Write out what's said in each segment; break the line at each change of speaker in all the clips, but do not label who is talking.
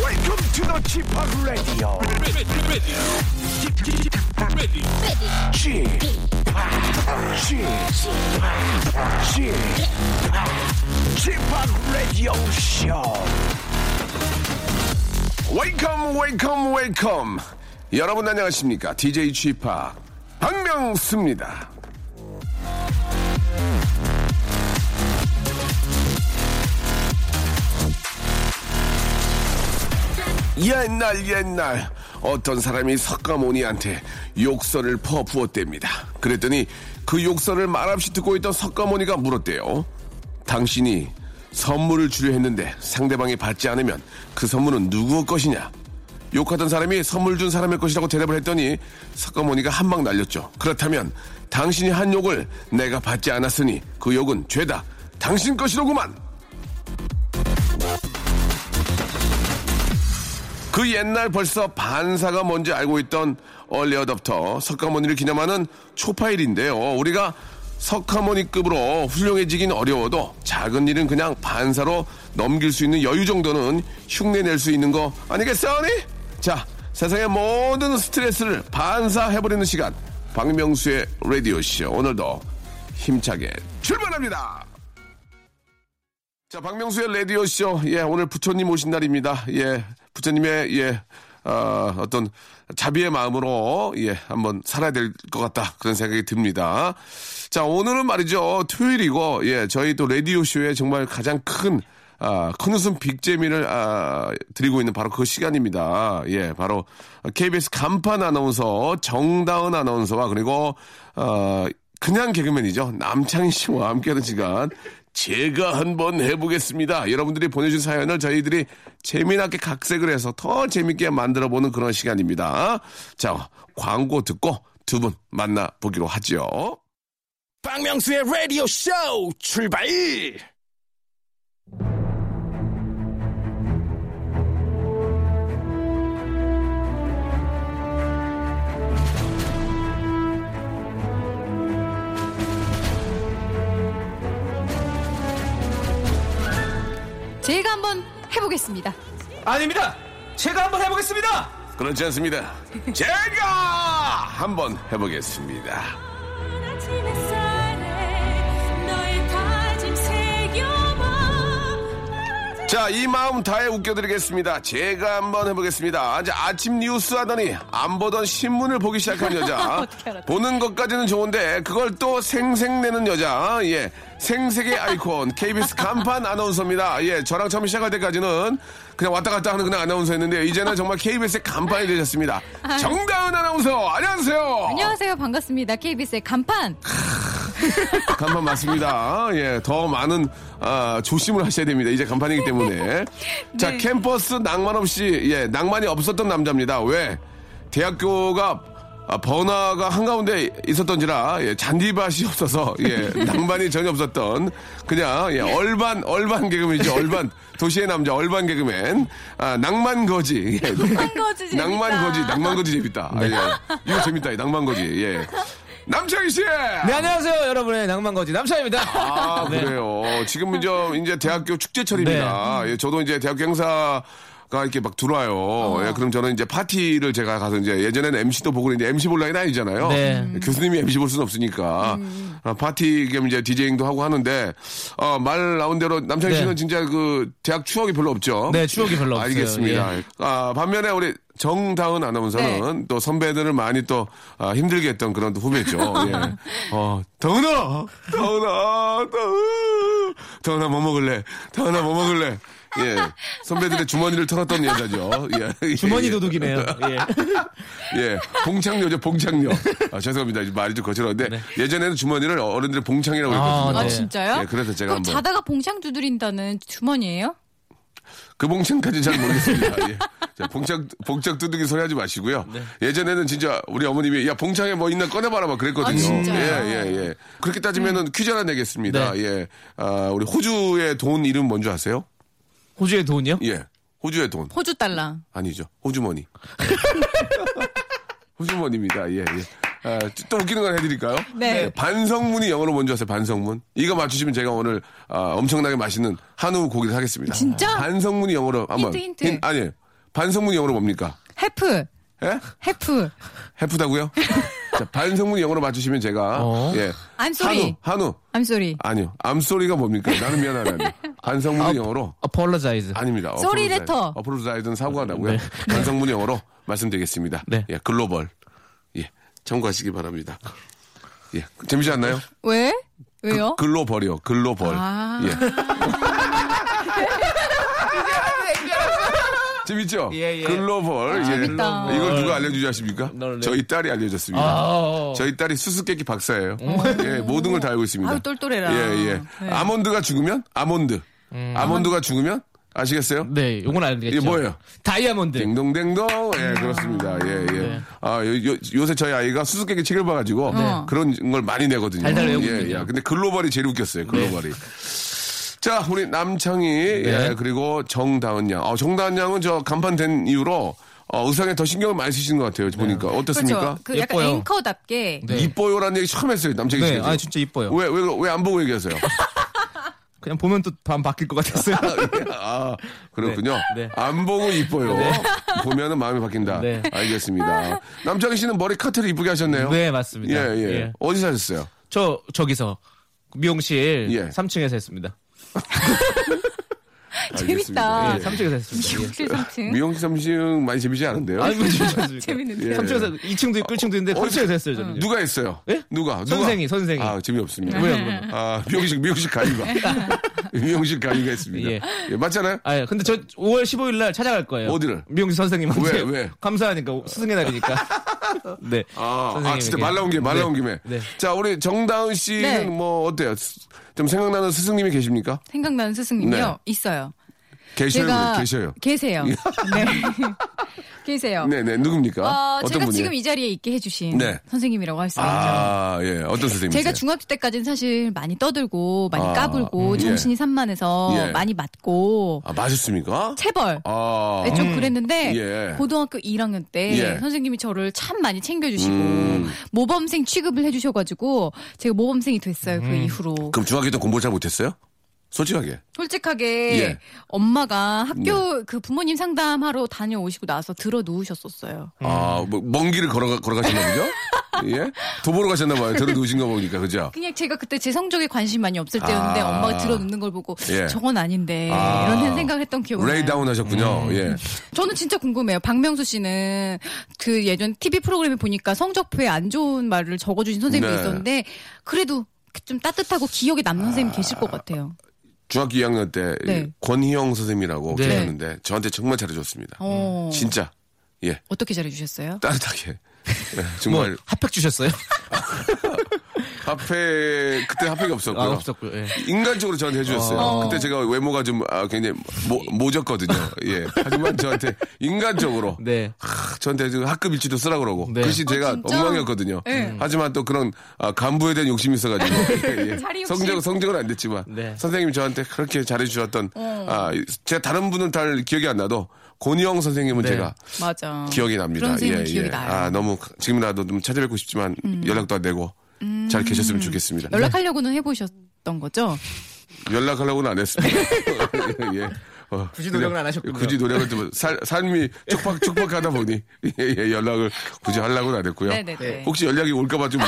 Welcome to the g p Radio. g p g p Radio Show. Welcome, welcome, welcome. 여러분 안녕하십니까? DJ g p 박명수입니다. 옛날 옛날 어떤 사람이 석가모니한테 욕설을 퍼부었답니다. 그랬더니 그 욕설을 말없이 듣고 있던 석가모니가 물었대요. 당신이 선물을 주려 했는데 상대방이 받지 않으면 그 선물은 누구의 것이냐? 욕하던 사람이 선물 준 사람의 것이라고 대답을 했더니 석가모니가 한 방 날렸죠. 그렇다면 당신이 한 욕을 내가 받지 않았으니 그 욕은 죄다. 당신 것이로구만. 그 옛날 벌써 반사가 뭔지 알고 있던 얼리어답터 석가모니를 기념하는 초파일인데요. 우리가 석가모니급으로 훌륭해지긴 어려워도 작은 일은 그냥 반사로 넘길 수 있는 여유 정도는 흉내낼 수 있는 거 아니겠어니? 자, 세상의 모든 스트레스를 반사해버리는 시간 박명수의 라디오쇼 오늘도 힘차게 출발합니다. 자, 박명수의 라디오쇼. 예, 오늘 부처님 오신 날입니다. 예, 부처님의, 예, 아, 어떤 자비의 마음으로, 예, 한번 살아야 될 것 같다. 그런 생각이 듭니다. 자, 오늘은 말이죠. 토요일이고, 예, 저희 또 라디오쇼에 정말 가장 큰, 아, 큰 웃음 빅재미를, 아, 드리고 있는 바로 그 시간입니다. 예, 바로 KBS 간판 아나운서 정다은 아나운서와 그리고, 어, 그냥 개그맨이죠. 남창희 씨와 함께하는 시간. 제가 한번 해보겠습니다. 여러분들이 보내준 사연을 저희들이 재미나게 각색을 해서 더 재밌게 만들어보는 그런 시간입니다. 자, 광고 듣고 두 분 만나보기로 하죠. 박명수의 라디오 쇼 출발!
제가 한번 해보겠습니다.
아닙니다. 제가 한번 해보겠습니다.
그렇지 않습니다. 제가 한번 해보겠습니다. 자, 이 마음 다해 웃겨드리겠습니다. 제가 한번 해보겠습니다. 아침 뉴스 하더니 안 보던 신문을 보기 시작한 여자. 보는 것까지는 좋은데 그걸 또 생색내는 여자. 예, 생색의 아이콘 KBS 간판 아나운서입니다. 예, 저랑 처음 시작할 때까지는 그냥 왔다 갔다 하는 그냥 아나운서였는데 이제는 정말 KBS의 간판이 되셨습니다. 정다은 아나운서, 안녕하세요.
안녕하세요. 반갑습니다. KBS의 간판.
간판 맞습니다. 예, 더 많은 아, 조심을 하셔야 됩니다. 이제 간판이기 때문에. 자, 캠퍼스 낭만 없이 예, 낭만이 없었던 남자입니다. 왜? 대학교가 아, 번화가 한가운데 있었던지라 예, 잔디밭이 없어서 예, 낭만이 전혀 없었던 그냥 예, 얼반 얼반 개그맨이죠. 얼반 도시의 남자 얼반 개그맨 아, 낭만 거지. 예,
거지 재밌다.
낭만 거지 낭만 거지 재밌다. 아, 예. 이거 재밌다. 이 낭만 거지. 예. 남창희 씨.
네, 안녕하세요. 여러분의 낭만거지 남샤입니다.
아,
네.
그래요. 지금은 저 이제 대학교 축제철입니다.
네.
예, 저도 이제 대학교 행사 가 이렇게 막 들어와요. 예, 그럼 저는 이제 파티를 제가 가서 이제 예전에는 MC도 보고 이제 MC 볼 라인이 아니잖아요. 예,
네. 음,
교수님이 MC 볼 수는 없으니까 아, 파티 겸 이제 디제잉도 하고 하는데 어, 말 나온 대로 남창희
네.
씨는 진짜 그 대학 추억이 별로 없죠.
네, 추억이 별로 없어요. 예.
알겠습니다. 아, 반면에 우리 정다은 아나운서는
네.
또 선배들을 많이 또 아, 힘들게 했던 그런 또 후배죠. 예. 어, 더은아, 더은아, 더은, 태어나 뭐 먹을래? 태어나 뭐 먹을래? 예. 선배들의 주머니를 털었던 여자죠. 예.
주머니 도둑이네요. 예.
예. 봉창녀죠, 봉창녀. 아, 죄송합니다. 이제 말이 좀 거칠었는데. 예전에는 주머니를 어른들이 봉창이라고
네. 아,
했거든요.
아
네.
진짜요?
예, 그래서 제가
그럼
한번.
자다가 봉창 두드린다는 주머니예요?
그 봉창까지 잘
네.
모르겠습니다. 예. 자, 봉창, 봉창 두드기 소리 하지 마시고요. 예전에는 진짜 우리 어머님이 야, 봉창에 뭐 있나 꺼내봐라 막 그랬거든요.
아, 진짜요? 네.
예, 예, 예. 그렇게 따지면은 퀴즈 하나 내겠습니다.
네.
예. 아, 우리 호주의 돈 이름 뭔지 아세요?
호주의 돈이요?
예. 호주의 돈.
호주 달랑.
아니죠. 호주머니. 예. 호주머니입니다. 예, 예. 아, 또 웃기는 걸 해드릴까요? 예,
네.
반성문이 영어로 뭔지 아세요? 반성문. 이거 맞추시면 제가 오늘 아, 엄청나게 맛있는 한우 고기를 사겠습니다.
진짜?
반성문이 영어로 한번.
힌트, 힌트.
아니, 반성문이 영어로 뭡니까?
해프.
예?
해프.
해프다고요? 자, 반성문이 영어로 맞추시면 제가
어.
예.
I'm sorry.
한우, 한우.
I'm sorry.
아니요. 암소리가 뭡니까? 나는 미안하다는. 반성문이 영어로
Apologize.
네.
아닙니다.
소리 레터.
어프로사이드는 사고가 나고요.
네.
반성문 영어로 말씀드리겠습니다.
네.
예, 글로벌. 예, 참고하시기 바랍니다. 예, 재밌지 않나요?
왜?
그,
왜요?
글로벌이요, 글로벌.
어? 아.
예. 재밌죠?
예, 예.
글로벌. 예.
아, 재밌다.
이걸 누가 알려주지 아십니까?
널레. 네.
저희 딸이 알려줬습니다.
아,
저희 딸이 수수께끼 박사예요. 예, 모든 걸 다 알고 있습니다.
음. 아유, 똘똘해라.
예, 예.
네.
아몬드가 죽으면 아몬드.
음.
아몬드가 죽으면 아시겠어요?
네, 요건 알겠죠.
이게 뭐예요?
다이아몬드.
딩동댕동.
음.
예, 그렇습니다. 예, 예.
네. 어.
아, 요, 새 저희 아이가 수수께끼 책을 봐가지고
네.
그런 걸 많이 내거든요.
달달 외우거든요.
예,
네.
예. 근데 글로벌이 제일 웃겼어요. 글로벌이. 자, 우리 남창희, 예, 그리고 정다은 양. 어, 정다은 양은 저 간판 된 이후로 어, 의상에 더 신경을 많이 쓰시는 것 같아요. 보니까.
네.
어떻습니까?
그렇죠. 그 약간
예뻐요.
앵커답게.
네.
이뻐요라는 얘기 처음 했어요. 남창희
네,
씨가.
아 진짜 이뻐요.
왜, 왜, 왜 안 보고 얘기하세요?
그냥 보면 또 반 바뀔 것 같았어요.
아, 그렇군요.
네, 네.
안 보고 이뻐요. 보면은 마음이 바뀐다.
네.
알겠습니다. 남창희 씨는 머리 카트를 이쁘게 하셨네요.
네, 맞습니다.
예, 예.
예.
어디 사셨어요?
저 저기서 미용실
예.
3층에서 했습니다.
재밌다.
알겠습니다.
네, 3층에서 했습니다. 예.
63층.
미용실 삼식 많이 재밌지 않은데요?
아니, 뭐 재밌었습니까?
재밌는데.
예.
3층에서 2층도 있고 1층도 있는데
어,
3층에서 했어요, 저는.
누가 했어요?
예?
누가? 누가?
선생이, 선생이.
아, 재미없습니다.
왜요, 그러면?
아, 미용실, 미용실 가위가. 미용실 가위가 있습니다.
예.
예, 맞잖아요?
아, 예. 근데 저 5월 15일 날 찾아갈 거예요.
어디를?
미용실
왜,
선생님한테.
왜?
감사하니까 스승의 날이니까. 네.
아,
선생님에게.
아, 진짜 말 나온 김에, 말
네.
나온 김에.
네.
자, 우리 정다은 씨는
네.
뭐, 어때요? 스- 좀 생각나는 스승님이 계십니까?
생각나는 스승님이요?
네.
있어요.
계셔요,
제가
계셔요.
계세요. 네. 계세요.
네네, 누굽니까?
그러니까. 어,
어떤
제가
분이에요?
지금 이 자리에 있게 해주신
네.
선생님이라고 할 수 있죠.
아, 예, 어떤 선생님?
제가 중학교 때까지는 사실 많이 떠들고 많이
아,
까불고
음,
정신이
예.
산만해서
예.
많이 맞고
아, 맞았습니까?
체벌
아,
네, 좀 그랬는데
예.
고등학교 1학년 때
예.
선생님이 저를 참 많이 챙겨주시고
음.
모범생 취급을 해주셔가지고 제가 모범생이 됐어요 그 이후로
그럼 중학교 때 공부 잘 못했어요? 솔직하게.
솔직하게
예. 네.
엄마가 학교 그 부모님 상담하러 다녀오시고 나서 들어 누우셨었어요
아,
음.
뭐, 먼 길을 걸어가, 걸어가셨나 보죠? 예? 도보로 가셨나 봐요. 들어 누우신 거 보니까, 그죠?
그냥 제가 그때 제 성적에 관심 많이 없을 때였는데
아.
엄마가 들어 눕는 걸 보고
예.
저건 아닌데
아.
이런 생각을 했던 기억이 나요 음.
레이다운 하셨군요. 예.
저는 진짜 궁금해요. 박명수 씨는 그 예전 TV 프로그램에 보니까 성적표에 안 좋은 말을 적어주신 선생님도
네.
있었는데 그래도 좀 따뜻하고 기억에 남는 선생님 계실 것 같아요.
중학교 2학년 때
네.
권희영 선생님이라고
네.
계셨는데 저한테 정말 잘해줬습니다.
어.
아. 음. 진짜. 예.
어떻게 잘해주셨어요?
따뜻하게. 예,
뭐
정말
핫팩 주셨어요?
화폐 그때 화폐가 없었고요.
아, 없었고요. 예.
인간적으로 저한테 해주셨어요.
어.
그때 제가 외모가 좀 아, 굉장히 모, 모졌거든요. 예. 하지만 저한테 인간적으로
네.
아, 저한테 지금 학급 일지도 쓰라 그러고
네. 음.
글씨
어,
제가
진짜?
엉망이었거든요.
네.
하지만 또 그런 아, 간부에 대한 욕심이 있어가지고 예, 예.
자리 욕심.
성적 성적은 안 됐지만
네.
선생님이 저한테 그렇게 잘해주셨던
어.
아, 제가 다른 분은 잘 기억이 안 나도 권희영 선생님은
네.
제가
맞아.
기억이 납니다.
그런 선생님 기억이 나요. 음.
아 너무 지금이라도 좀 찾아뵙고 싶지만 연락도 안 되고 잘 계셨으면 좋겠습니다.
네.
연락하려고는 해보셨던 거죠?
연락하려고는 안 했습니다. 예. 어,
굳이
그냥
노력은 안 하셨군요.
굳이 노력을 좀 살, 삶이 촉박 촉박하다 보니 예, 예, 연락을 굳이 하려고는 안 했고요.
네, 네네네.
혹시 연락이 올까봐 좀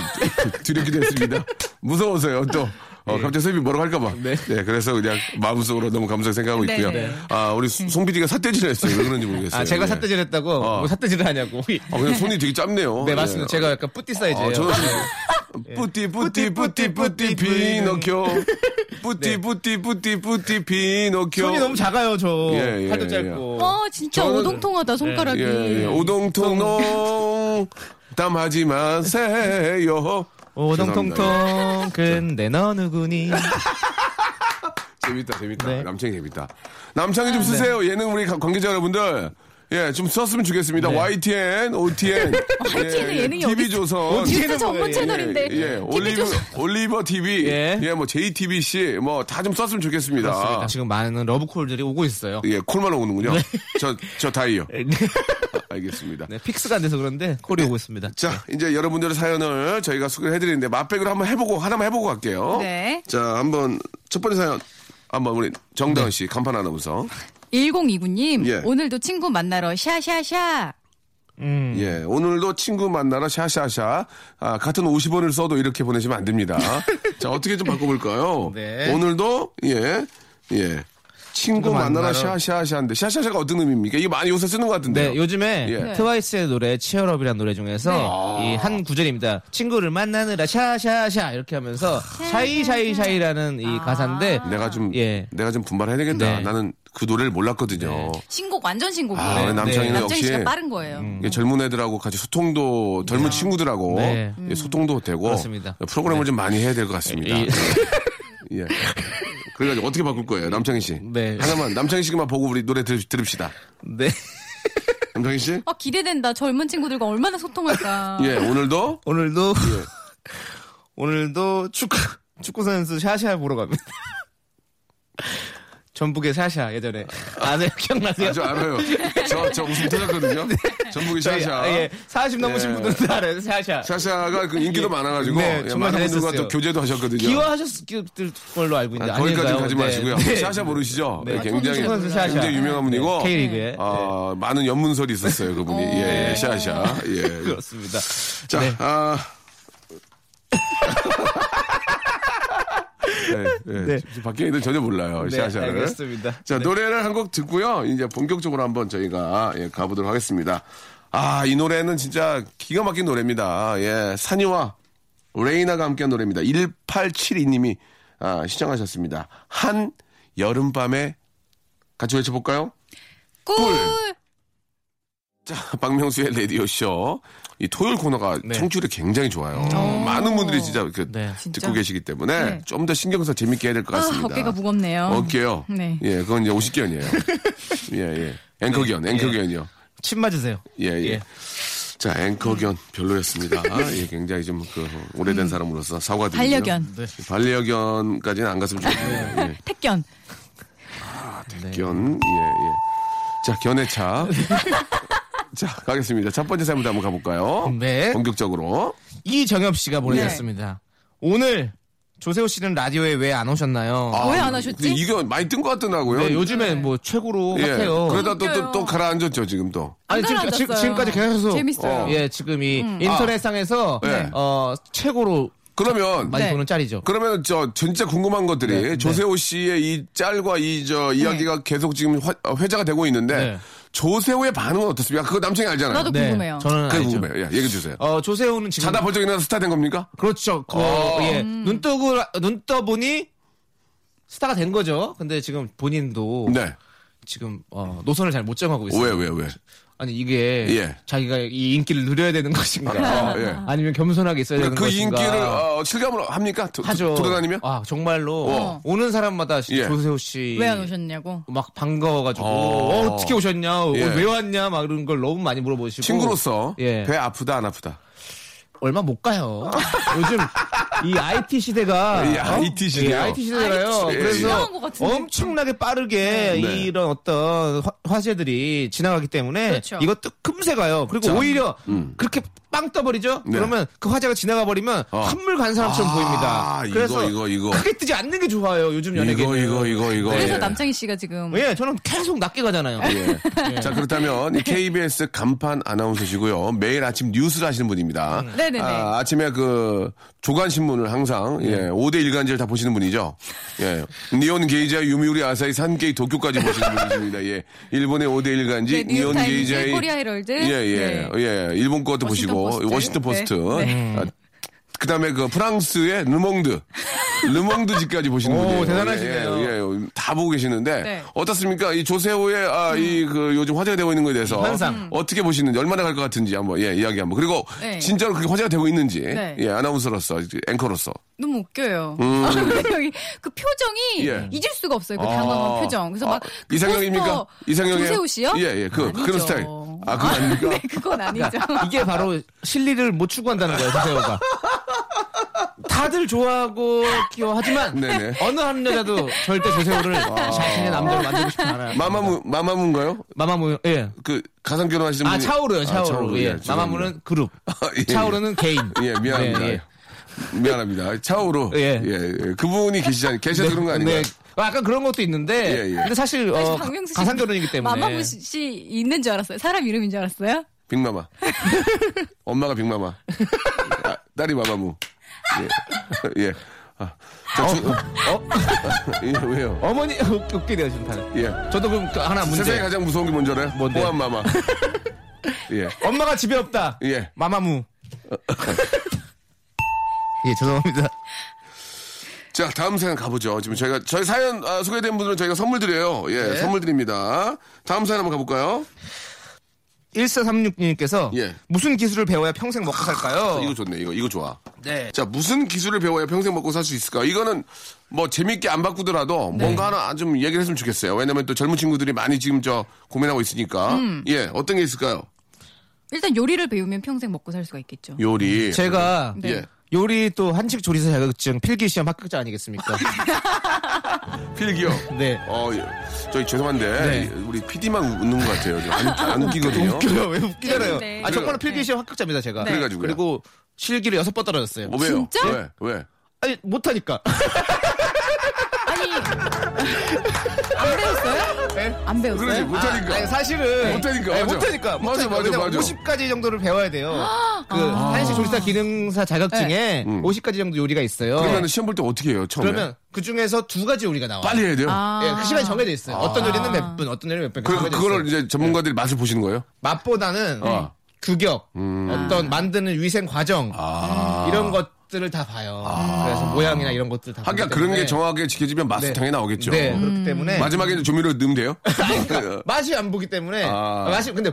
두렵기도 했습니다. 무서워서요. 또 어, 갑자기 선생님이 뭐라고 할까봐. 네. 그래서 그냥 마음속으로 너무 감사하게 생각하고
네,
있고요.
네.
아, 우리 송 PD가 삿대질을 했어요. 왜 그런지 모르겠어요.
아, 제가
예.
삿대질 했다고?
어.
뭐 삿대질을 하냐고.
아, 그냥 손이 되게 짧네요. 예.
네, 맞습니다. 제가 약간 뿌띠 사이즈예요. 네.
아, 저는 지금 뿌띠, 뿌띠, 뿌띠, 뿌띠, 피노키오. 뿌띠, 뿌띠, 뿌띠, 뿌띠, 피노키오.
손이 너무 작아요, 저.
예, 예,
팔도
예.
짧고.
어, 진짜
저는-
오동통하다, 손가락이.
예, 예. 오동통농 담하지 마세요.
어?
죄송합니다. 아.
오동통통 근데 너 누구니?
재밌다, 재밌다.
네.
남창이 재밌다. 남창이 좀 쓰세요. 예능 우리 가- 관계자 여러분들. 예, 좀 썼으면 좋겠습니다.
네.
YTN, OTN.
YTN 은 예능이 어디-
TV조선.
뉴스
뭐예요?
전문
예,
채널인데.
예, 예. 올리브,
TV조선.
올리버 TV. 예.
예.
뭐 JTBC. 뭐 다 좀 썼으면 좋겠습니다.
그렇습니다. 지금 많은 러브콜들이 오고 있어요.
예, 콜만 오는군요. 저, 저 다이요. 알겠습니다.
네, 픽스가 안 돼서 그런데 콜이 오고 있습니다.
자, 이제 여러분들의 사연을 저희가 소개를 해드리는데 맛백으로 한번 해보고 하나만 해보고 갈게요.
네.
자, 한번 첫 번째 사연 한번 우리 정다은 씨 간판 아나운서.
1029님,
예.
오늘도 친구 만나러 샤샤샤.
음.
예, 오늘도 친구 만나러 샤샤샤. 아, 같은 50원을 써도 이렇게 보내시면 안 됩니다. 자, 어떻게 좀 바꿔볼까요?
네.
오늘도 예, 예. 친구
친구 만나러.
만나러 샤샤샤인데 샤샤샤가 어떤 의미입니까? 이게 많이 요새 쓰는 것 같은데요.
네, 요즘에
예. 네.
트와이스의 노래 치얼업이라는 노래 중에서 이 한 구절입니다. 친구를 만나느라 아, 샤샤샤 아. 이렇게 하면서 샤이샤이샤이라는 이 가사인데
아, 내가 좀
예.
내가 좀 분발해야 되겠다.
네.
나는 그 노래를 몰랐거든요.
신곡, 완전 신곡이에요.
아,
네. 음.
남창이는
남정희
역시 음.
씨가 빠른 거예요.
이게 젊은 애들하고 같이 소통도 젊은 친구들하고
네.
음.
예, 소통도 되고
그렇습니다. 네.
프로그램을 좀 많이 해야 될 것 같습니다.
이-
예. 그래가지고 어떻게 바꿀 거예요, 남창희 씨?
네.
하나만 남창희 씨만 보고 우리 노래 들, 들읍시다.
네.
남창희 씨?
아, 기대된다. 젊은 친구들과 얼마나 소통할까.
예, 오늘도
오늘도
예.
오늘도 축구 축구 선수 샤샤 보러 갑니다. 전북의 샤샤 예전에 아세요 네, 기억나세요?
아주 알아요. 저, 저 웃음 터졌거든요. 전북이
저희,
샤샤.
네. 아, 예, 40 넘으신
예.
분들은 다 알아요 샤샤.
샤샤가 그 인기도 많아가지고
네,
예,
정말
많은 분들과 또
잘했었어요.
교제도 하셨거든요.
기화하셨을 걸로 알고 있는데
아, 거기까지
아닌가요?
가지
네.
마시고요.
네.
샤샤 모르시죠?
네.
예, 굉장히
축구 선수 샤샤.
굉장히 유명한 분이고
네, K리그에
아, 많은 연문설이 있었어요, 그분이. 예, 예, 샤샤. 예.
그렇습니다.
자, 아. 네, 네. 밖에 있는 전혀 몰라요,
네,
샤샤를.
알겠습니다. 네.
자, 노래를 한 곡 듣고요. 이제 본격적으로 한번 저희가 예, 가보도록 하겠습니다. 아, 이 노래는 진짜 기가 막힌 노래입니다. 예, 산이와 레이나가 함께한 노래입니다. 1872님이 아, 시청하셨습니다. 한 여름밤에 같이 외쳐볼까요?
꿀!
자, 박명수의 라디오쇼. 이 토요일 코너가 청취율이 굉장히 좋아요. 많은 분들이 진짜 그
네.
듣고 계시기 때문에
네.
좀 더 신경 써 재밌게 해야 될 것 같습니다.
아, 어깨가 무겁네요.
어깨요?
네.
예, 그건 이제 50견이에요. 예, 예. 앵커견, 앵커견이요.
침 맞으세요.
예, 예.
예.
자, 앵커견 별로였습니다. 예, 굉장히 좀 그 오래된 사람으로서 사과드리고요.
음. 반려견.
네.
반려견까지는 안 갔으면 좋겠네요. 예.
택견.
견, 예, 예. 자, 견해차. 자, 가겠습니다. 첫 번째 사연부터 한번 가볼까요?
네.
본격적으로.
이정엽 씨가 보내셨습니다. 오늘 조세호 씨는 라디오에 왜 안 오셨나요?
아,
왜 안
근데
하셨지?
이거 많이 뜬 것 같더라고요.
아, 네, 요즘에 뭐 최고로
예.
핫해요.
그러다 또, 또,
웃겨요.
또 가라앉았죠, 지금 또.
아니
안
지금,
가라앉았어요.
지금, 까지 계속
재밌어요. 음.
예, 지금 이 인터넷상에서
네.
어, 최고로
그러면.
많이
네.
보는 짤이죠.
그러면 저 진짜 궁금한 것들이
네,
조세호 씨의 이 짤과 이 저 이야기가
네.
계속 지금 화- 어, 회자가 되고 있는데
네.
조세호의 반응은 어떻습니까? 그거 남친이 알잖아요.
나도 궁금해요.
저는
그게
알죠.
궁금해요. 예, 얘기해 주세요.
어, 조세호는 지금
자다 어. 벌쩍 일어나서 스타 된 겁니까?
그렇죠. 그, 예.
음.
눈 뜨고 눈 떠보니 스타가 된 거죠. 근데 지금 본인도
네.
지금 어, 노선을 잘 못 정하고 있어요.
왜, 왜, 왜?
아니 이게
예.
자기가 이 인기를 누려야 되는 것인가?
아, 예.
아니면 겸손하게 있어야 되는
그
것인가?
인기를 어, 실감을 합니까? 도,
그러니까 하죠.
돌아다니면?
아 정말로
어.
오는 사람마다
예.
조세호 씨.
왜 안 오셨냐고.
막 반가워가지고
어.
어, 떻게 오셨냐 어,
예.
왜 왔냐 막 이런 걸 너무 많이 물어보시고
친구로서
예.
배 아프다 안 아프다.
얼마 못 가요 요즘 이 IT 시대가
이 IT 시대요.
예, IT 시대가요
예,
그래서
유명한 것 같은데.
엄청나게 빠르게
네.
이런 어떤 화- 화제들이 지나가기 때문에
그렇죠.
이것도 금세 가요 그리고 오히려 그렇게 빵 떠버리죠
음. 네.
그러면 그 화제가 지나가 버리면
어.
한물 간 사람처럼
아,
보입니다
이거,
그래서
이거, 이거.
크게 뜨지 않는 게 좋아요 요즘 연예계
이거 이거 이거 이거.
그래서
예.
남창희 씨가 지금
예 저는 계속 낮게 가잖아요
예. 자 그렇다면 이 KBS 간판 아나운서시고요 매일 아침 뉴스를 하시는 분입니다.
음. 네네네.
아, 아침에 그 조간신문을 항상 예, 5대 일간지를 다 보시는 분이죠. 예. 니온 게이자 유미우리 아사히 산케이 도쿄까지 보시는 분이십니다. 예. 일본의 5대 일간지
네,
니온
뉴욕타임즈,
게이자의
코리아 헤럴드. 네.
예, 예. 예. 일본 것도
워싱턴
보시고
포스트.
워싱턴 포스트.
네,
아, 그다음에 그 프랑스의 르몽드. 르몽드지까지 보시는
오,
분이에요.
대단하시네요.
예, 예, 예. 다 보고 계시는데
네. 음.
어떻습니까? 이 조세호의 아, 이그 요즘 화제가 되고 있는 거에 대해서
현상.
어떻게 보시는지 얼마나 갈 것 같은지 한번 예, 이야기 한번. 그리고
네.
진짜로 그게 화제가 되고 있는지
네.
예, 아나운서로서 앵커로서
너무 웃겨요. 여기 그 표정이
음. 예.
잊을 수가 없어요. 그 당황한
아.
표정. 그래서
아,
막
이상형입니까? 이상형이에요?
조세호 씨요?
예, 예. 그
아니죠.
그런 스타일. 아, 그거 아닙니까?
네, 그건 아니죠.
이게 바로 실리를 못 추구한다는 거예요, 조세호가. 다들 좋아하고 귀여워하지만
네네. 아.
어느 한 여자도 절대 조세호를 자신의 남자로 만들고 싶지 않아요.
마마무 마마무인가요?
마마무 예.
그 가상 결혼하시는 분이
아 차오르요, 차오르. 예.
죄송합니다.
마마무는 그룹.
예, 예.
차오르는 개인.
예, 미안합니다.
예, 예.
미안합니다. 차오로.
예.
예. 예. 그분이 계시잖아요. 계셔서 그런 거 아닌가요?
네. 아, 약간 그런 것도 있는데
예, 예.
근데 사실 어,
박명수 씨
가상 결혼이기 때문에
마마무 씨- 씨 있는 줄 알았어요. 사람 이름인 줄 알았어요.
빅마마. 엄마가 빅마마. 아, 딸이 마마무. 예. 예. 아, 자, 주,
어?
예, 왜요?
어머니 웃- 웃게 돼요 지금 다들.
예.
저도 그럼 그 하나 문제.
세상에 가장 무서운 게 뭔지 알아요?
뭔데?
호환 마마. 예.
엄마가 집에 없다.
예.
마마무. 예, 죄송합니다.
자, 다음 사연 가보죠. 지금 저희가, 저희 사연 아, 소개된 분들은 저희가 선물 드려요. 예,
네.
선물 드립니다. 다음 사연 한번 가볼까요?
1436님께서
예. 아,
무슨 기술을 배워야 평생 먹고 살까요?
이거 좋네. 이거, 이거 좋아.
네.
자, 무슨 기술을 배워야 평생 먹고 살 수 있을까? 이거는 뭐 재밌게 안 바꾸더라도
네.
뭔가 하나 좀 얘기를 했으면 좋겠어요. 왜냐면 또 젊은 친구들이 많이 지금 저 고민하고 있으니까.
음.
예, 어떤 게 있을까요?
일단 요리를 배우면 평생 먹고 살 수가 있겠죠.
요리.
제가
네. 예.
요리 또 한식 조리사 자격증 필기 시험 합격자 아니겠습니까?
필기요.
네.
어, 예. 저희 죄송한데
네.
우리 PD만 웃는 것 같아요. 저 안, 안 웃기거든요.
웃겨요. 왜 웃기잖아요.
네.
아, 정말로
그래요.
필기 시험 합격자입니다, 제가.
네.
그래가지고요.
그리고 실기를 여섯 번 떨어졌어요.
어, 왜요?
진짜?
왜? 왜?
아니, 못하니까.
아니 안 배웠어요? 안 배웠어요?
그러지 못하니까.
아, 아니, 사실은
네? 못하니까,
아니,
맞아.
못하니까
맞아, 맞아,
왜냐면
맞아. 아.
50가지 정도를 배워야 돼요.
아.
그 한식 조리사 기능사 자격증에 50가지 정도 요리가 있어요.
네. 음. 그러면 시험 볼 때 어떻게 해요? 처음에.
그러면 그 중에서 두 가지 요리가 나와.
빨리 해야 돼요.
예, 그 시간이 정해져 있어요. 어떤 요리는 몇 분, 어떤 요리는 몇분
그,
정해져
그걸
아, 있어요. 음.
이제 전문가들이 맛을 보시는 거예요?
맛보다는
어. 음.
규격, 어떤 만드는 위생 과정
아.
이런 것들을 다 봐요. 그래서 모양이나 이런 것들 다.
하기가
보기
그런
때문에.
게 음. 정확하게 지켜지면 맛은
네.
당연히 나오겠죠.
네, 그렇기 때문에 아,
마지막에는 조미료 넣으면 돼요? 네.
맛이 안 보기 때문에
그, 아.
맛이 근데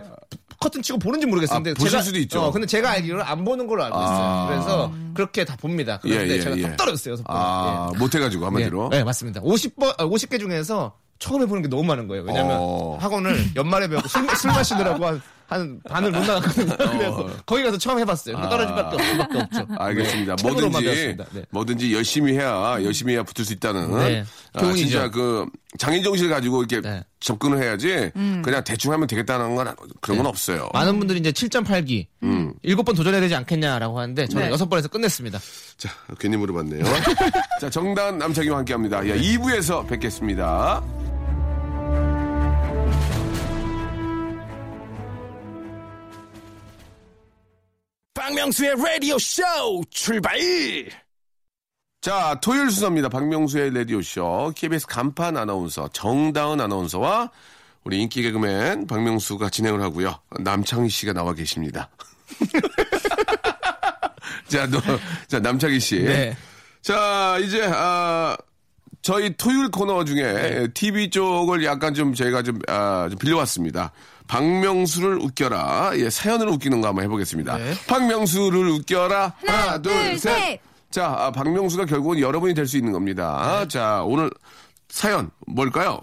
커튼 치고 보는지 모르겠는데
아, 보실 수도 있죠.
어, 근데 제가 알기로는 안 보는 걸로 알고 있어요.
아.
그래서 그렇게 다 봅니다. 그런데
예, 예,
제가
예.
딱 떨어졌어요. 여섯 번.
아, 못해가지고,
예.
한마디로.
예, 네, 맞습니다. 50번 50개 중에서 처음에 보는 게 너무 많은 거예요. 왜냐면
어.
학원을 연말에 배우고 술, 술 마시느라고 한, 한 반을 못 나갔거든요.
어.
그래서 거기 가서 처음 해봤어요. 그러니까
아.
떨어질 밖에 없- 수밖에 없죠.
알겠습니다.
네, 책으로만
뭐든지,
배웠습니다. 네.
뭐든지 열심히 해야, 열심히 해야 붙을 수 있다는.
네.
아,
교훈이죠.
진짜 그, 장인정신을 가지고 이렇게
네. 음.
접근을 해야지, 그냥 대충 하면 되겠다는 건, 그런 건 없어요.
네. 많은 분들이 이제 7.8기,
음.
일곱 번 도전해야 되지 않겠냐라고 하는데 저는 여섯 번에서 끝냈습니다.
자, 괜히 물어봤네요. 자, 정단 남창희와 함께 합니다. 예, 2부에서 뵙겠습니다.
박명수의 라디오 쇼 출발!
자, 토요일 순서입니다. 박명수의 라디오쇼. KBS 간판 아나운서 정다은 아나운서와 우리 인기 개그맨 박명수가 진행을 하고요. 남창희 씨가 나와 계십니다. 자, 너, 자, 남창희 씨.
네.
자, 이제, 아, 저희 토요일 코너 중에 TV 쪽을 약간 좀 저희가 좀, 아, 좀 빌려왔습니다. 박명수를 웃겨라. 예, 사연을 웃기는 거 한번 해보겠습니다.
네.
박명수를 웃겨라. 하나, 둘,
둘,
셋.
셋.
자, 아, 박명수가 결국은 여러분이 될 수 있는 겁니다. 자, 오늘 사연 뭘까요?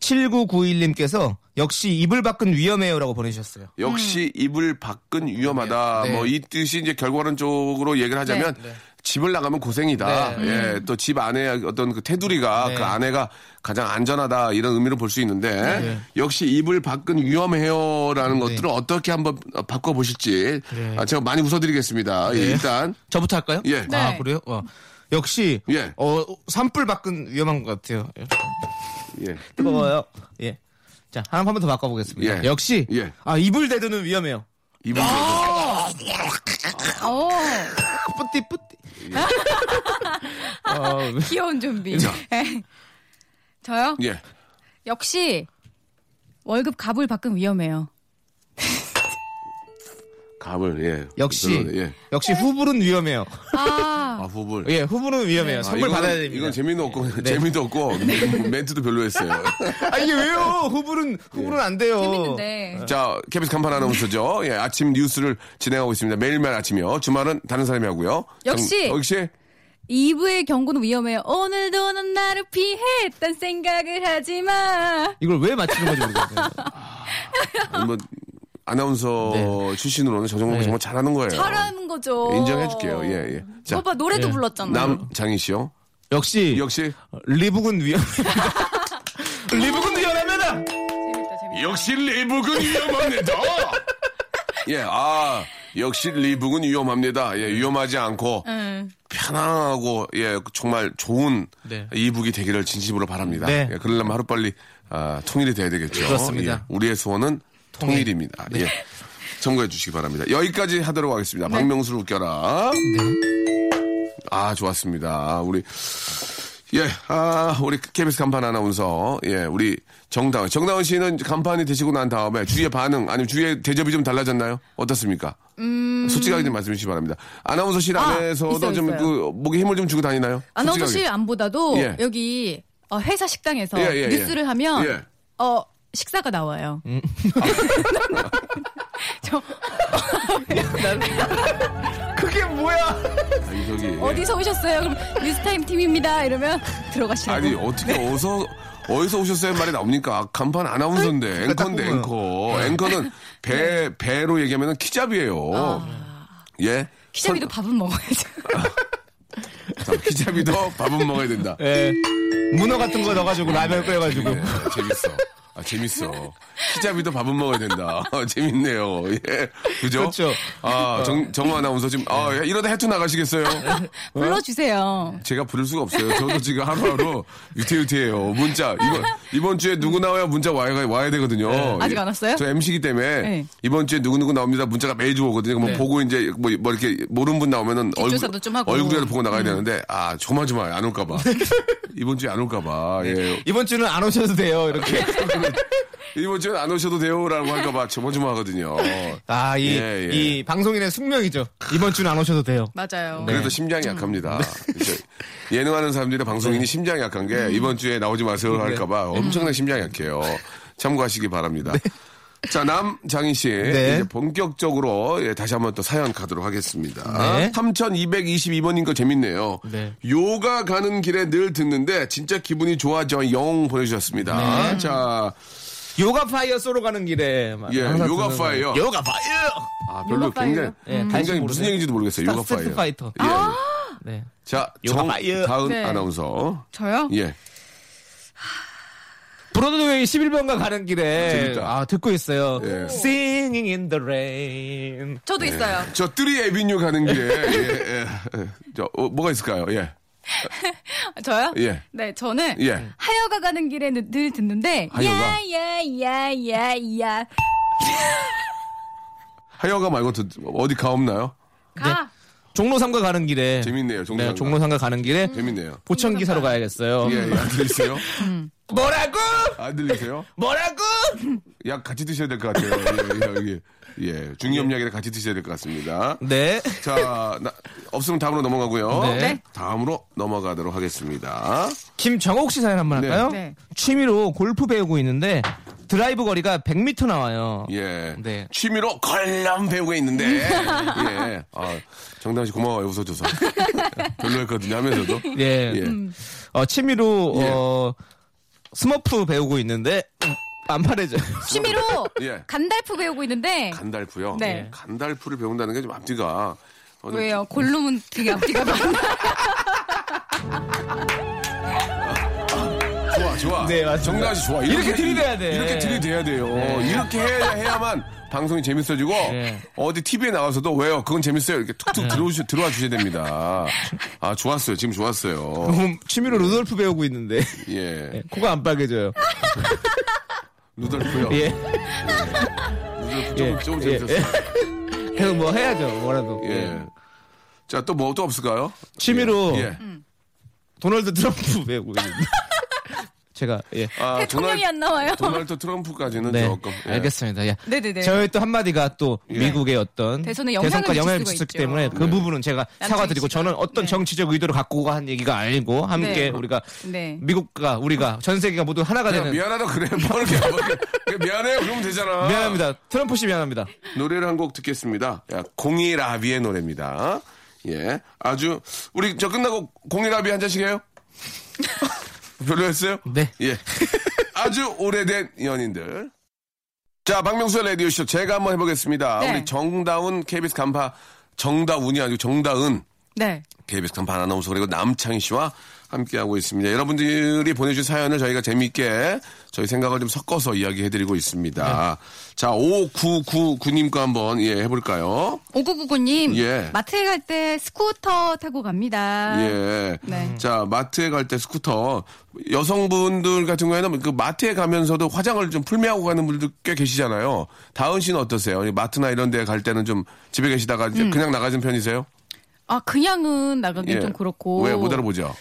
7991님께서 역시 이불 밖은 위험해요라고 보내주셨어요.
역시 이불 밖은 위험하다.
음. 네.
뭐 이 뜻이 이제 결과론적으로 얘기를 하자면
네.
집을 나가면 고생이다.
네.
예, 또 집 안에 어떤 그 테두리가
네.
그 안에가 가장 안전하다 이런 의미로 볼 수 있는데
네.
역시 이불 밖은 위험해요라는 것들을 어떻게 한번 바꿔 보실지
네.
아, 제가 많이 웃어드리겠습니다. 예, 일단
저부터 할까요?
예.
아
네.
그래요? 어. 역시
예.
어 산불 밖은 위험한 것 같아요.
예.
뜨거워요. 예. 자, 한번 더 바꿔보겠습니다.
예.
역시
예.
아 이불 대두는 위험해요.
이불 대두.
어,
뿌띠 뿌띠. 어,
귀여운 좀비.
자.
예. 저요?
예.
역시 월급 갑을 밖은 위험해요.
갑을 예.
역시
물론, 예.
역시 후불은 위험해요.
아,
아 후불.
예, 후불은 위험해요. 선물
이건-
받아야 됩니다. 네.
이건 재미도 없고 재미도 없고 멘트도 별로였어요.
아 이게 왜요? 후불은
예.
후불은 안 돼요.
재밌는데.
자, KBS 간판 아나운서죠. 예, 아침 뉴스를 진행하고 있습니다. 매일매일 아침이요. 주말은 다른 사람이 하고요.
역시!
정- 역시
이브의 경고는 위험해요. 오늘도 넌 나를 피했단 생각을 하지 마.
이걸 왜 맞추는 건지 모르겠어요.
뭐 아나운서 출신으로는 저 정도
네.
정말 잘하는 거예요.
잘하는 거죠.
인정해줄게요. 예, 예. 자,
오빠 노래도
예.
불렀잖아요.
남장희 씨요.
역시
역시
리북은 위험합니다. 리북은 위험합니다.
재밌다, 재밌다.
역시 리북은 위험합니다. 예, 아 역시 리북은 위험합니다.
음.
예, 위험하지 않고
응.
편안하고 예 정말 좋은
네.
이북이 되기를 진심으로 바랍니다.
네.
예, 그러려면 하루 빨리 아, 통일이 돼야 되겠죠.
그렇습니다.
예, 우리의 소원은
통일. 네.
통일. 입니다 예. 참고해 주시기 바랍니다. 여기까지 하도록
네.
하겠습니다. 박명수를 웃겨라.
네.
아 좋았습니다. 우리 예, 아 우리 KBS 간판 아나운서 예 우리 정다은 정다은 씨는 간판이 되시고 난 다음에 주위의 반응 아니면 주위의 대접이 좀 달라졌나요? 어떻습니까? 솔직하게 좀 말씀해 주시기 바랍니다. 아나운서실
음. 아, 있어요,
안에서도
있어요.
좀그 목에 힘을 좀 주고 다니나요?
아나운서실
솔직하게.
안보다도
예.
여기 어, 회사 식당에서
예, 예, 예.
뉴스를 하면
예.
어 식사가 나와요. 저
그게 뭐야?
아니, 저기, 예.
어디서 오셨어요? 그럼 뉴스타임 팀입니다. 이러면 들어가시라고.
아니 어떻게
네.
어서 어디서 오셨어요 말이 나옵니까? 아, 간판 아나운서인데 앵커인데 네.
딱
앵커 앵커는 배
네.
배로 얘기하면 키잡이에요. 예.
아. 키자비도 밥은 먹어야죠.
설- 키잡이도 밥은 먹어야 된다.
예. 문어 같은 거 넣어가지고 라면 끓여가지고.
예, 재밌어. 아, 재밌어. 키잡이도 밥은 먹어야 된다. 재밌네요. 예. 그죠?
그렇죠.
아, 정, 정우 아나운서 지금, 아, 예, 이러다 해투 나가시겠어요?
불러주세요.
제가 부를 수가 없어요. 저도 지금 하루하루 유태유태해요. 문자 이번 이번 주에 누구 나와야 문자 와야 와야 되거든요.
네.
예.
아직 안 왔어요?
저 MC기 때문에
네.
이번 주에 누구 누구 나옵니다. 문자가 매주 오거든요. 그럼
네.
보고 이제 뭐, 뭐 이렇게 모르는 분 나오면은
뒷조사도 좀 하고. 음.
얼굴이라도 보고 나가야 되는데 아 조마조마 안 올까봐 이번 주에 안 올까봐
네.
예.
이번 주는 안 오셔도 돼요. 이렇게.
이번 주에 안 오셔도 돼요라고 할까봐 조마조마 하거든요.
아, 이,
예, 예.
이 방송인의 숙명이죠. 이번 주는 안 오셔도 돼요.
맞아요.
그래도
네.
심장이 약합니다. 이제 예능하는 사람들이 방송인이
네.
심장이 약한 게 이번 주에 나오지 마세요 할까봐
음.
엄청나게 심장이 약해요. 참고하시기 바랍니다. 자, 남장희 씨.
네.
이제 본격적으로 예, 다시 한번 또 사연 가도록 하겠습니다.
네.
3222번인 거 재밌네요.
네.
요가 가는 길에 늘 듣는데 진짜 기분이 좋아져 영 보내주셨습니다.
네.
자,
요가 파이어 쏘러 가는 길에. 막
예,
항상
요가
듣는
파이어.
거. 요가 파이어!
아, 별로
요가
굉장히,
파이어.
예, 다시
굉장히 무슨
모르세요.
얘기인지도 모르겠어요. 요가
스타- 스타
파이어.
파이터.
예.
네.
자,
요가
정,
파이어.
다은
네.
아나운서.
저요?
예.
브로드웨이 11번가 가는 길에
재밌다.
아 듣고 있어요.
예.
Singing in the rain.
저도 있어요.
저 뜨리 에비뉴 가는 길에 예, 예, 예. 저 어, 뭐가 있을까요? 예,
저요?
예.
네, 저는
예.
하여가 가는 길에 늘, 늘 듣는데
하여가?
야야야야야
하여가 말고 또 어디 가 없나요? 네.
가.
종로 3가 가는 길에
재밌네요, 종로 삼가.
종로 3가 가는 길에
재밌네요.
보천 기사로 가야겠어요.
음. 예, 예, 안 들리세요?
뭐라고?
안 들리세요?
뭐라고?
약 같이 드셔야 될 것 같아요. 예, 예, 예. 예, 중이염약이라 같이 드셔야 될 것 같습니다.
네.
자, 나- 없으면 다음으로 넘어가고요.
네. 네.
다음으로 넘어가도록 하겠습니다.
김정옥 씨 사연 한 번
네.
할까요?
네.
취미로 골프 배우고 있는데 드라이브 거리가 100m 나와요.
예.
네.
취미로 걸람 배우고 있는데. 예. 아, 정당 씨 고마워요, 웃어줘서. 별로였거든요, 하면서도.
예.
예.
어, 취미로
예.
어, 스머프 배우고 있는데 안 팔해져요.
취미로
예.
간달프 배우고 있는데
간달프요.
네.
간달프를 배운다는 게 좀 앞뒤가 어, 좀
왜요? 골룸은 되게 앞뒤가 많나?
좋아 좋아.
네, 맞습니다.
정다은 씨 좋아.
이렇게 들이대야 돼.
이렇게 들이대야 돼요. 이렇게 해야, 해야만 방송이 재밌어지고
네.
어디 TV에 나가서도 왜요? 그건 재밌어요. 이렇게 툭툭 들어오시 들어와 주셔야 됩니다. 아 좋았어요. 지금 좋았어요.
너무 취미로 루돌프 배우고 있는데
예.
코가 안 빨개져요.
루돌프요.
예.
루돌프 조금 조금
예.
재밌었어요.
계속 뭐 해야죠 뭐라도.
예.
예.
자, 또 뭐, 또 없을까요?
취미로 음.
예. 예.
도널드 트럼프 배우고 있는데. 제가 예.
아,
대통령이
도널-
안 나와요.
도널드 트럼프까지는
네,
조금. 예.
알겠습니다. 예.
네네네.
저희 또 한마디가 또
예.
미국의 어떤
대선에 영향을
대선까지
미칠
영향을
수가 있죠.
미쳤기 때문에 그
네.
부분은 제가
씨가.
사과드리고 저는 어떤
네.
정치적 의도를 갖고 한 얘기가 아니고 함께
네.
우리가
네.
미국과 우리가 전 세계가 모두 하나가
그냥
되는
네, 미안하다 그래. 뭐 이렇게 뭐 이렇게 미안해요. 그러면 되잖아.
미안합니다. 트럼프 씨 미안합니다.
노래를 한 곡 듣겠습니다. 야, 공일아비의 노래입니다. 예. 아주, 우리 저 끝나고 공일아비 한 잔씩 해요? 별로였어요?
네.
예. 아주 오래된 연인들. 자, 박명수의 라디오쇼. 제가 한번 해보겠습니다.
네.
우리 정다운 KBS 간파, 정다운이 아니고 정다은
네.
KBS 간판 아나운서 그리고 남창희 씨와 함께하고 있습니다. 여러분들이 보내주신 사연을 저희가 재미있게 저희 생각을 좀 섞어서 이야기해드리고 있습니다. 자, 5999님과 한번 예, 해볼까요?
5999님.
예.
마트에 갈 때 스쿠터 타고 갑니다.
예.
네.
자, 마트에 갈 때 스쿠터. 여성분들 같은 경우에는 그 마트에 가면서도 화장을 좀 풀메하고 가는 분들도 꽤 계시잖아요. 다은 씨는 어떠세요? 이 마트나 이런 데 갈 때는 좀 집에 계시다가 이제 그냥 나가는 편이세요?
아, 그냥은 나가기 좀 그렇고.
예. 왜 못 알아보죠?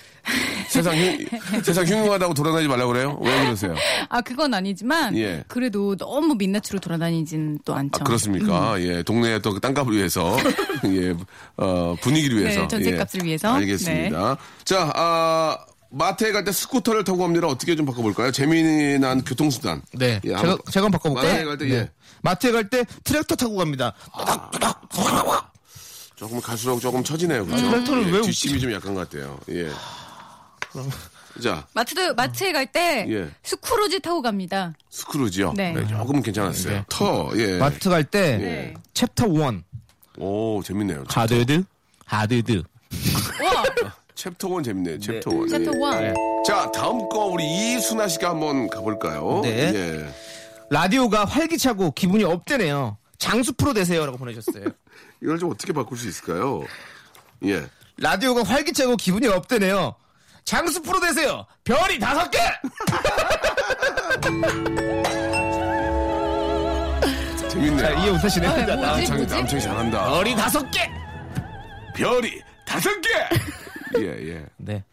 세상 흉, 세상 흉흉하다고 돌아다니지 말라고 그래요? 왜 그러세요?
아, 그건 아니지만.
예.
그래도 너무 민낯으로 돌아다니진 또 않죠. 음.
아, 그렇습니까? 예, 동네의 또그 땅값을 위해서, 예, 어, 분위기를 위해서.
네, 전셋값을
예,
위해서. 네.
알겠습니다. 자, 아, 마트에 갈 때 스쿠터를 타고 갑니다. 어떻게 좀 바꿔볼까요? 재미난 교통수단.
네.
예,
제가
아무-
제가 한번 바꿔볼까요? 네.
마트에 갈 때, 예.
마트에 갈 때 트랙터 타고 갑니다.
조금 갈수록 조금 처지네요. 그죠?
음.
예,
트랙터를 왜
뒷심이 좀 약한 것 같아요. 예. 자,
마트도 마트에 갈 때
예.
스쿠루지 타고 갑니다.
스크루지요.
네.
조금은 괜찮았어요. 터, 예.
네. 마트 갈 때
예.
챕터 1
오, 재밌네요.
하드드 하드드
챕터 1 재밌네요. 챕터 1.
챕터 원.
예. 자, 다음 거 우리 이순아 씨가 한번 가볼까요?
네.
예.
라디오가 활기차고 기분이 업되네요. 장수 프로 되세요라고 보내셨어요.
이걸 좀 어떻게 바꿀 수 있을까요? 예.
라디오가 활기차고 기분이 업되네요. 장수 프로 되세요. 별이 다섯 개.
재밌네. 요
아, 이해 못하시네요.
아,
아,
네, 뭐지?
남창이, 남창이 잘한다.
별이 다섯 개.
별이 다섯 개! 예, 예.
네.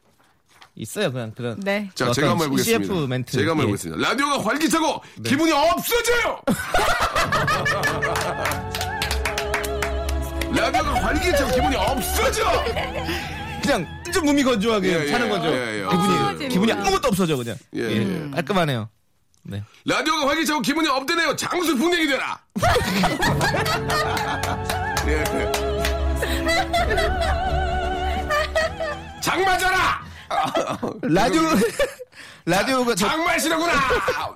있어요 그냥 그런.
네.
자,
어떤
제가 한번 해보겠습니다.
CF 멘트.
제가 한번
예. 네.
해보겠습니다. 라디오가 활기차고 기분이 없어져요! 라디오가 활기차고 기분이 없어져!
그냥 좀 몸이 건조하게
예, 예,
사는 거죠.
예, 예.
기분이
없어져요.
기분이 아무것도 없어져 그냥.
예,
예,
예.
깔끔하네요. 네.
라디오가 활기차고 기분이 업되네요. 장수 풍뎅이 되라! 예. 장 맞아라!
라디오 라디오가 저-
장맛이라구나!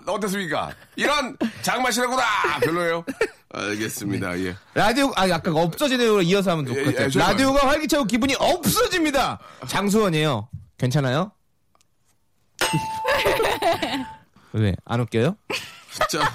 어땠습니까? 이런 장맛이라구나! 별로예요? 알겠습니다, 예.
라디오 아 약간 없어지네요 이어서 하면 좋을
예,
것
예,
같아요.
죄송합니다.
라디오가 활기차고 기분이 없어집니다. 장수원이에요. 괜찮아요? 왜 안 웃겨요?
진짜.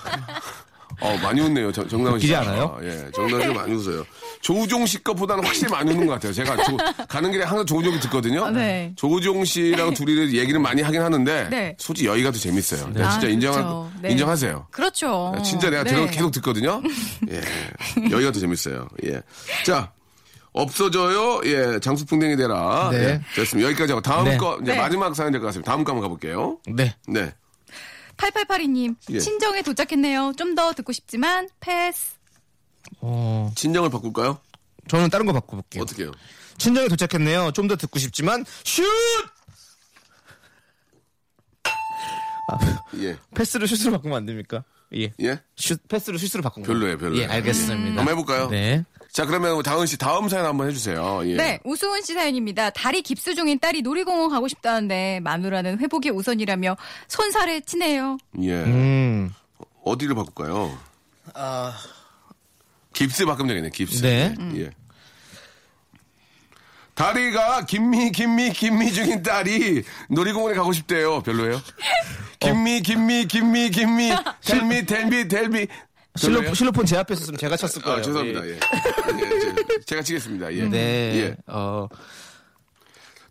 어, 많이 웃네요, 정- 정다은 씨.
웃기지 않아요?
아, 예, 정다은 씨 많이 웃어요. 조우종 씨 것보다는 확실히 많이 웃는 것 같아요. 제가 조- 가는 길에 항상 조우종이 듣거든요.
아, 네.
조우종 씨랑 둘이 얘기를 많이 하긴 하는데.
네.
솔직히 여기가 더 재밌어요. 내가 진짜
아,
인정하,
그렇죠. 네.
인정하세요. 아,
그렇죠.
진짜 내가
네.
들어 계속 듣거든요. 예. 여기가 더 재밌어요. 예. 자. 없어져요. 예. 장수풍뎅이 되라.
네.
예, 됐습니다. 여기까지 하고 다음
네.
거 이제
네.
마지막 사연 될 것 같습니다. 다음 거 한번 가볼게요.
네.
네.
8882님
예.
친정에 도착했네요. 좀 더 듣고 싶지만 패스.
어
친정을 바꿀까요?
저는 다른 거 바꿔볼게요.
어떻게 해요?
친정에 도착했네요. 좀 더 듣고 싶지만 슛
예.
패스를 슛으로 바꾸면 안 됩니까? 예.
예.
슛 패스를 슛으로 바꾼 거.
별로예요, 별로예요. 음.
예, 알겠습니다.
한번 해볼까요?
네.
자, 그러면 다은 씨 다음 사연 한번 해주세요. 예.
네, 우수훈 씨 사연입니다. 다리 깁스 중인 딸이 놀이공원 가고 싶다는데 마누라는 회복이 우선이라며 손살에 치네요.
예.
음.
어디를 바꿀까요? 깁스 바꾸면 되겠네, 깁스.
네.
예. 다리가 김미, 김미, 김미 중인 딸이 놀이공원에 가고 싶대요. 별로예요? 김미, 김미, 김미, 김미, 텔미, 텔미, 텔미.
실로 실로폰 제 앞에 있었으면 제가 쳤을 거예요.
아, 죄송합니다. 예. 예, 제- 제가 치겠습니다. 예.
예. 네.
예.
어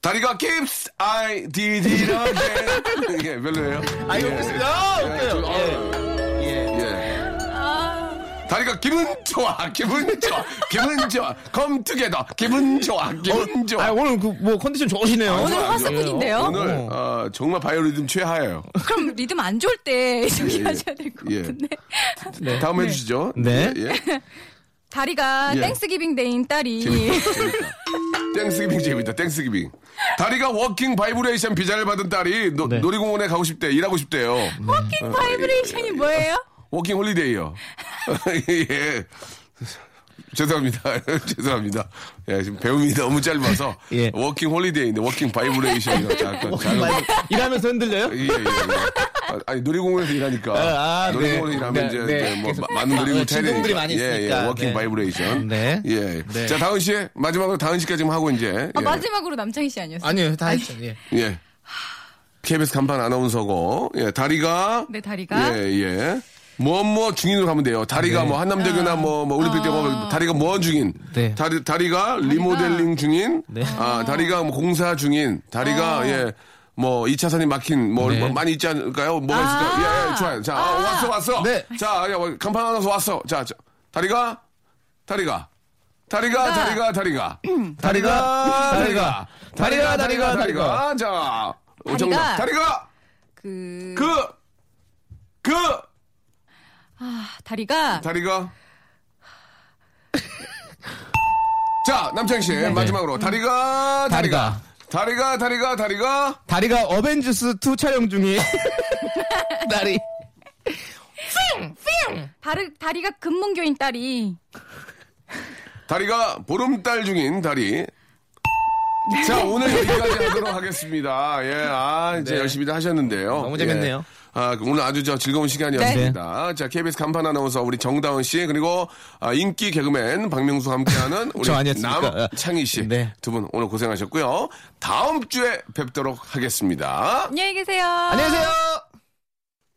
다리가 깁스, I did it again. 예, 별로예요?
아, 이거 웃습니다. 아,
예, 저-
웃겨요.
예. 예. 다리가 기분 좋아, 기분 좋아, 기분 좋아. 검투게더 기분 좋아, 기분 좋아.
아, 오늘 그 뭐 컨디션 좋으시네요.
아,
오늘 화사분인데요?
오늘
어.
아, 정말 바이오리듬 최하예요.
그럼 리듬 안 좋을 때 저기
예, 예.
하셔야 될 것
예.
같은데.
다음 해주시죠.
네.
예, 예.
다리가
예.
땡스기빙 데인 딸이
예.
재밌다. 재밌다. 땡스기빙 재밌다. 땡스기빙. 다리가 워킹 바이브레이션 비자를 받은 딸이 노-
네.
놀이공원에 가고 싶대. 일하고 싶대요. 예,
킹 바이브레이션이 뭐예요?
워킹 홀리데이요. 예. 죄송합니다. 죄송합니다. 예, 지금 배움이 너무 짧아서
예.
워킹 홀리데이인데 워킹 바이브레이션이라고 잠깐 잠깐
일하면서 흔들려요?
예, 예, 예. 아, 아니 놀이공원에서 일하니까
아, 아,
놀이공원에서
네.
일하면
네,
이제
네.
네, 뭐
계속
마- 많은 놀이공원
어, 진동들이
예,
많이
예,
있으니까.
워킹
네.
바이브레이션.
네.
예.
네.
자 다은 씨 마지막으로 다은 씨까지 지금 하고 이제.
아,
예.
마지막으로 남창희 씨 아니었어요?
아니요, 다 했죠. 예.
예. KBS 간판 아나운서고 예 다리가
네, 다리가.
예 예. 뭐뭐 중인으로 가면 돼요. 다리가 뭐 한남대교나 뭐뭐 올림픽 대고 다리가 뭐 중인.
네.
다리 다리가 리모델링 중인.
네.
아 다리가 뭐 공사 중인. 다리가 예. 뭐 2차선이 막힌 뭐,
네.
뭐 많이 있지 않을까요? 뭐가 있을까요? 예, 예, 좋아요. 자, 아, 왔어, 왔어.
네.
자, 야, 뭐, 간판 하나서 왔어. 자, 자, 다리가, 다리가, 다리가, 다리가, 다리가, 네. 음. 다리가, 다리가, 다리가, 다리가, 다리가, 자, 어, 정답. 다리가,
그,
그, 그,
아, 다리가
다리가. 자, 남창 씨 마지막으로 다리가, 네. 다리가, 다리가, 다리가, 다리가.
다리가 어벤져스 2 촬영 중이 다리.
예.
다리, 다리가 금문교인 딸이
다리가 보름달 중인 다리.
네.
자, 오늘 여기까지 하도록 하겠습니다. 예, 아, 이제 열심히들 하셨는데요.
너무 재밌네요. 네.
예. 아, 그 오늘 아주 저 즐거운 시간이었습니다. 자, KBS 간판 아나운서 우리 정다은 씨, 그리고 아, 인기 개그맨 박명수 함께하는 우리
저 아니었습니까?
남창희 씨.
네.
두 분 오늘 고생하셨고요. 다음 주에 뵙도록 하겠습니다.
안녕히 계세요.
안녕하세요.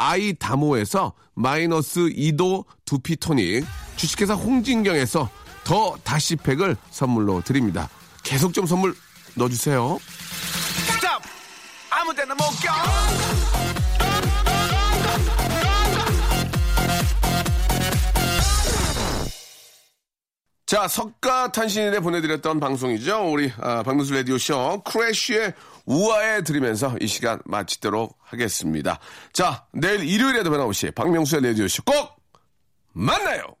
아이다모에서 마이너스 2도 두피 토닉, 주식회사 홍진경에서 더 다시팩을 선물로 드립니다. 계속 좀 선물 넣어주세요.
스탑! 아무 데나 못 가!
자, 석가탄신일에 보내드렸던 방송이죠. 우리 아, 박명수 라디오쇼 크래쉬의 우아해 드리면서 이 시간 마치도록 하겠습니다. 자, 내일 일요일에도 변함없이 박명수의 라디오쇼 꼭 만나요!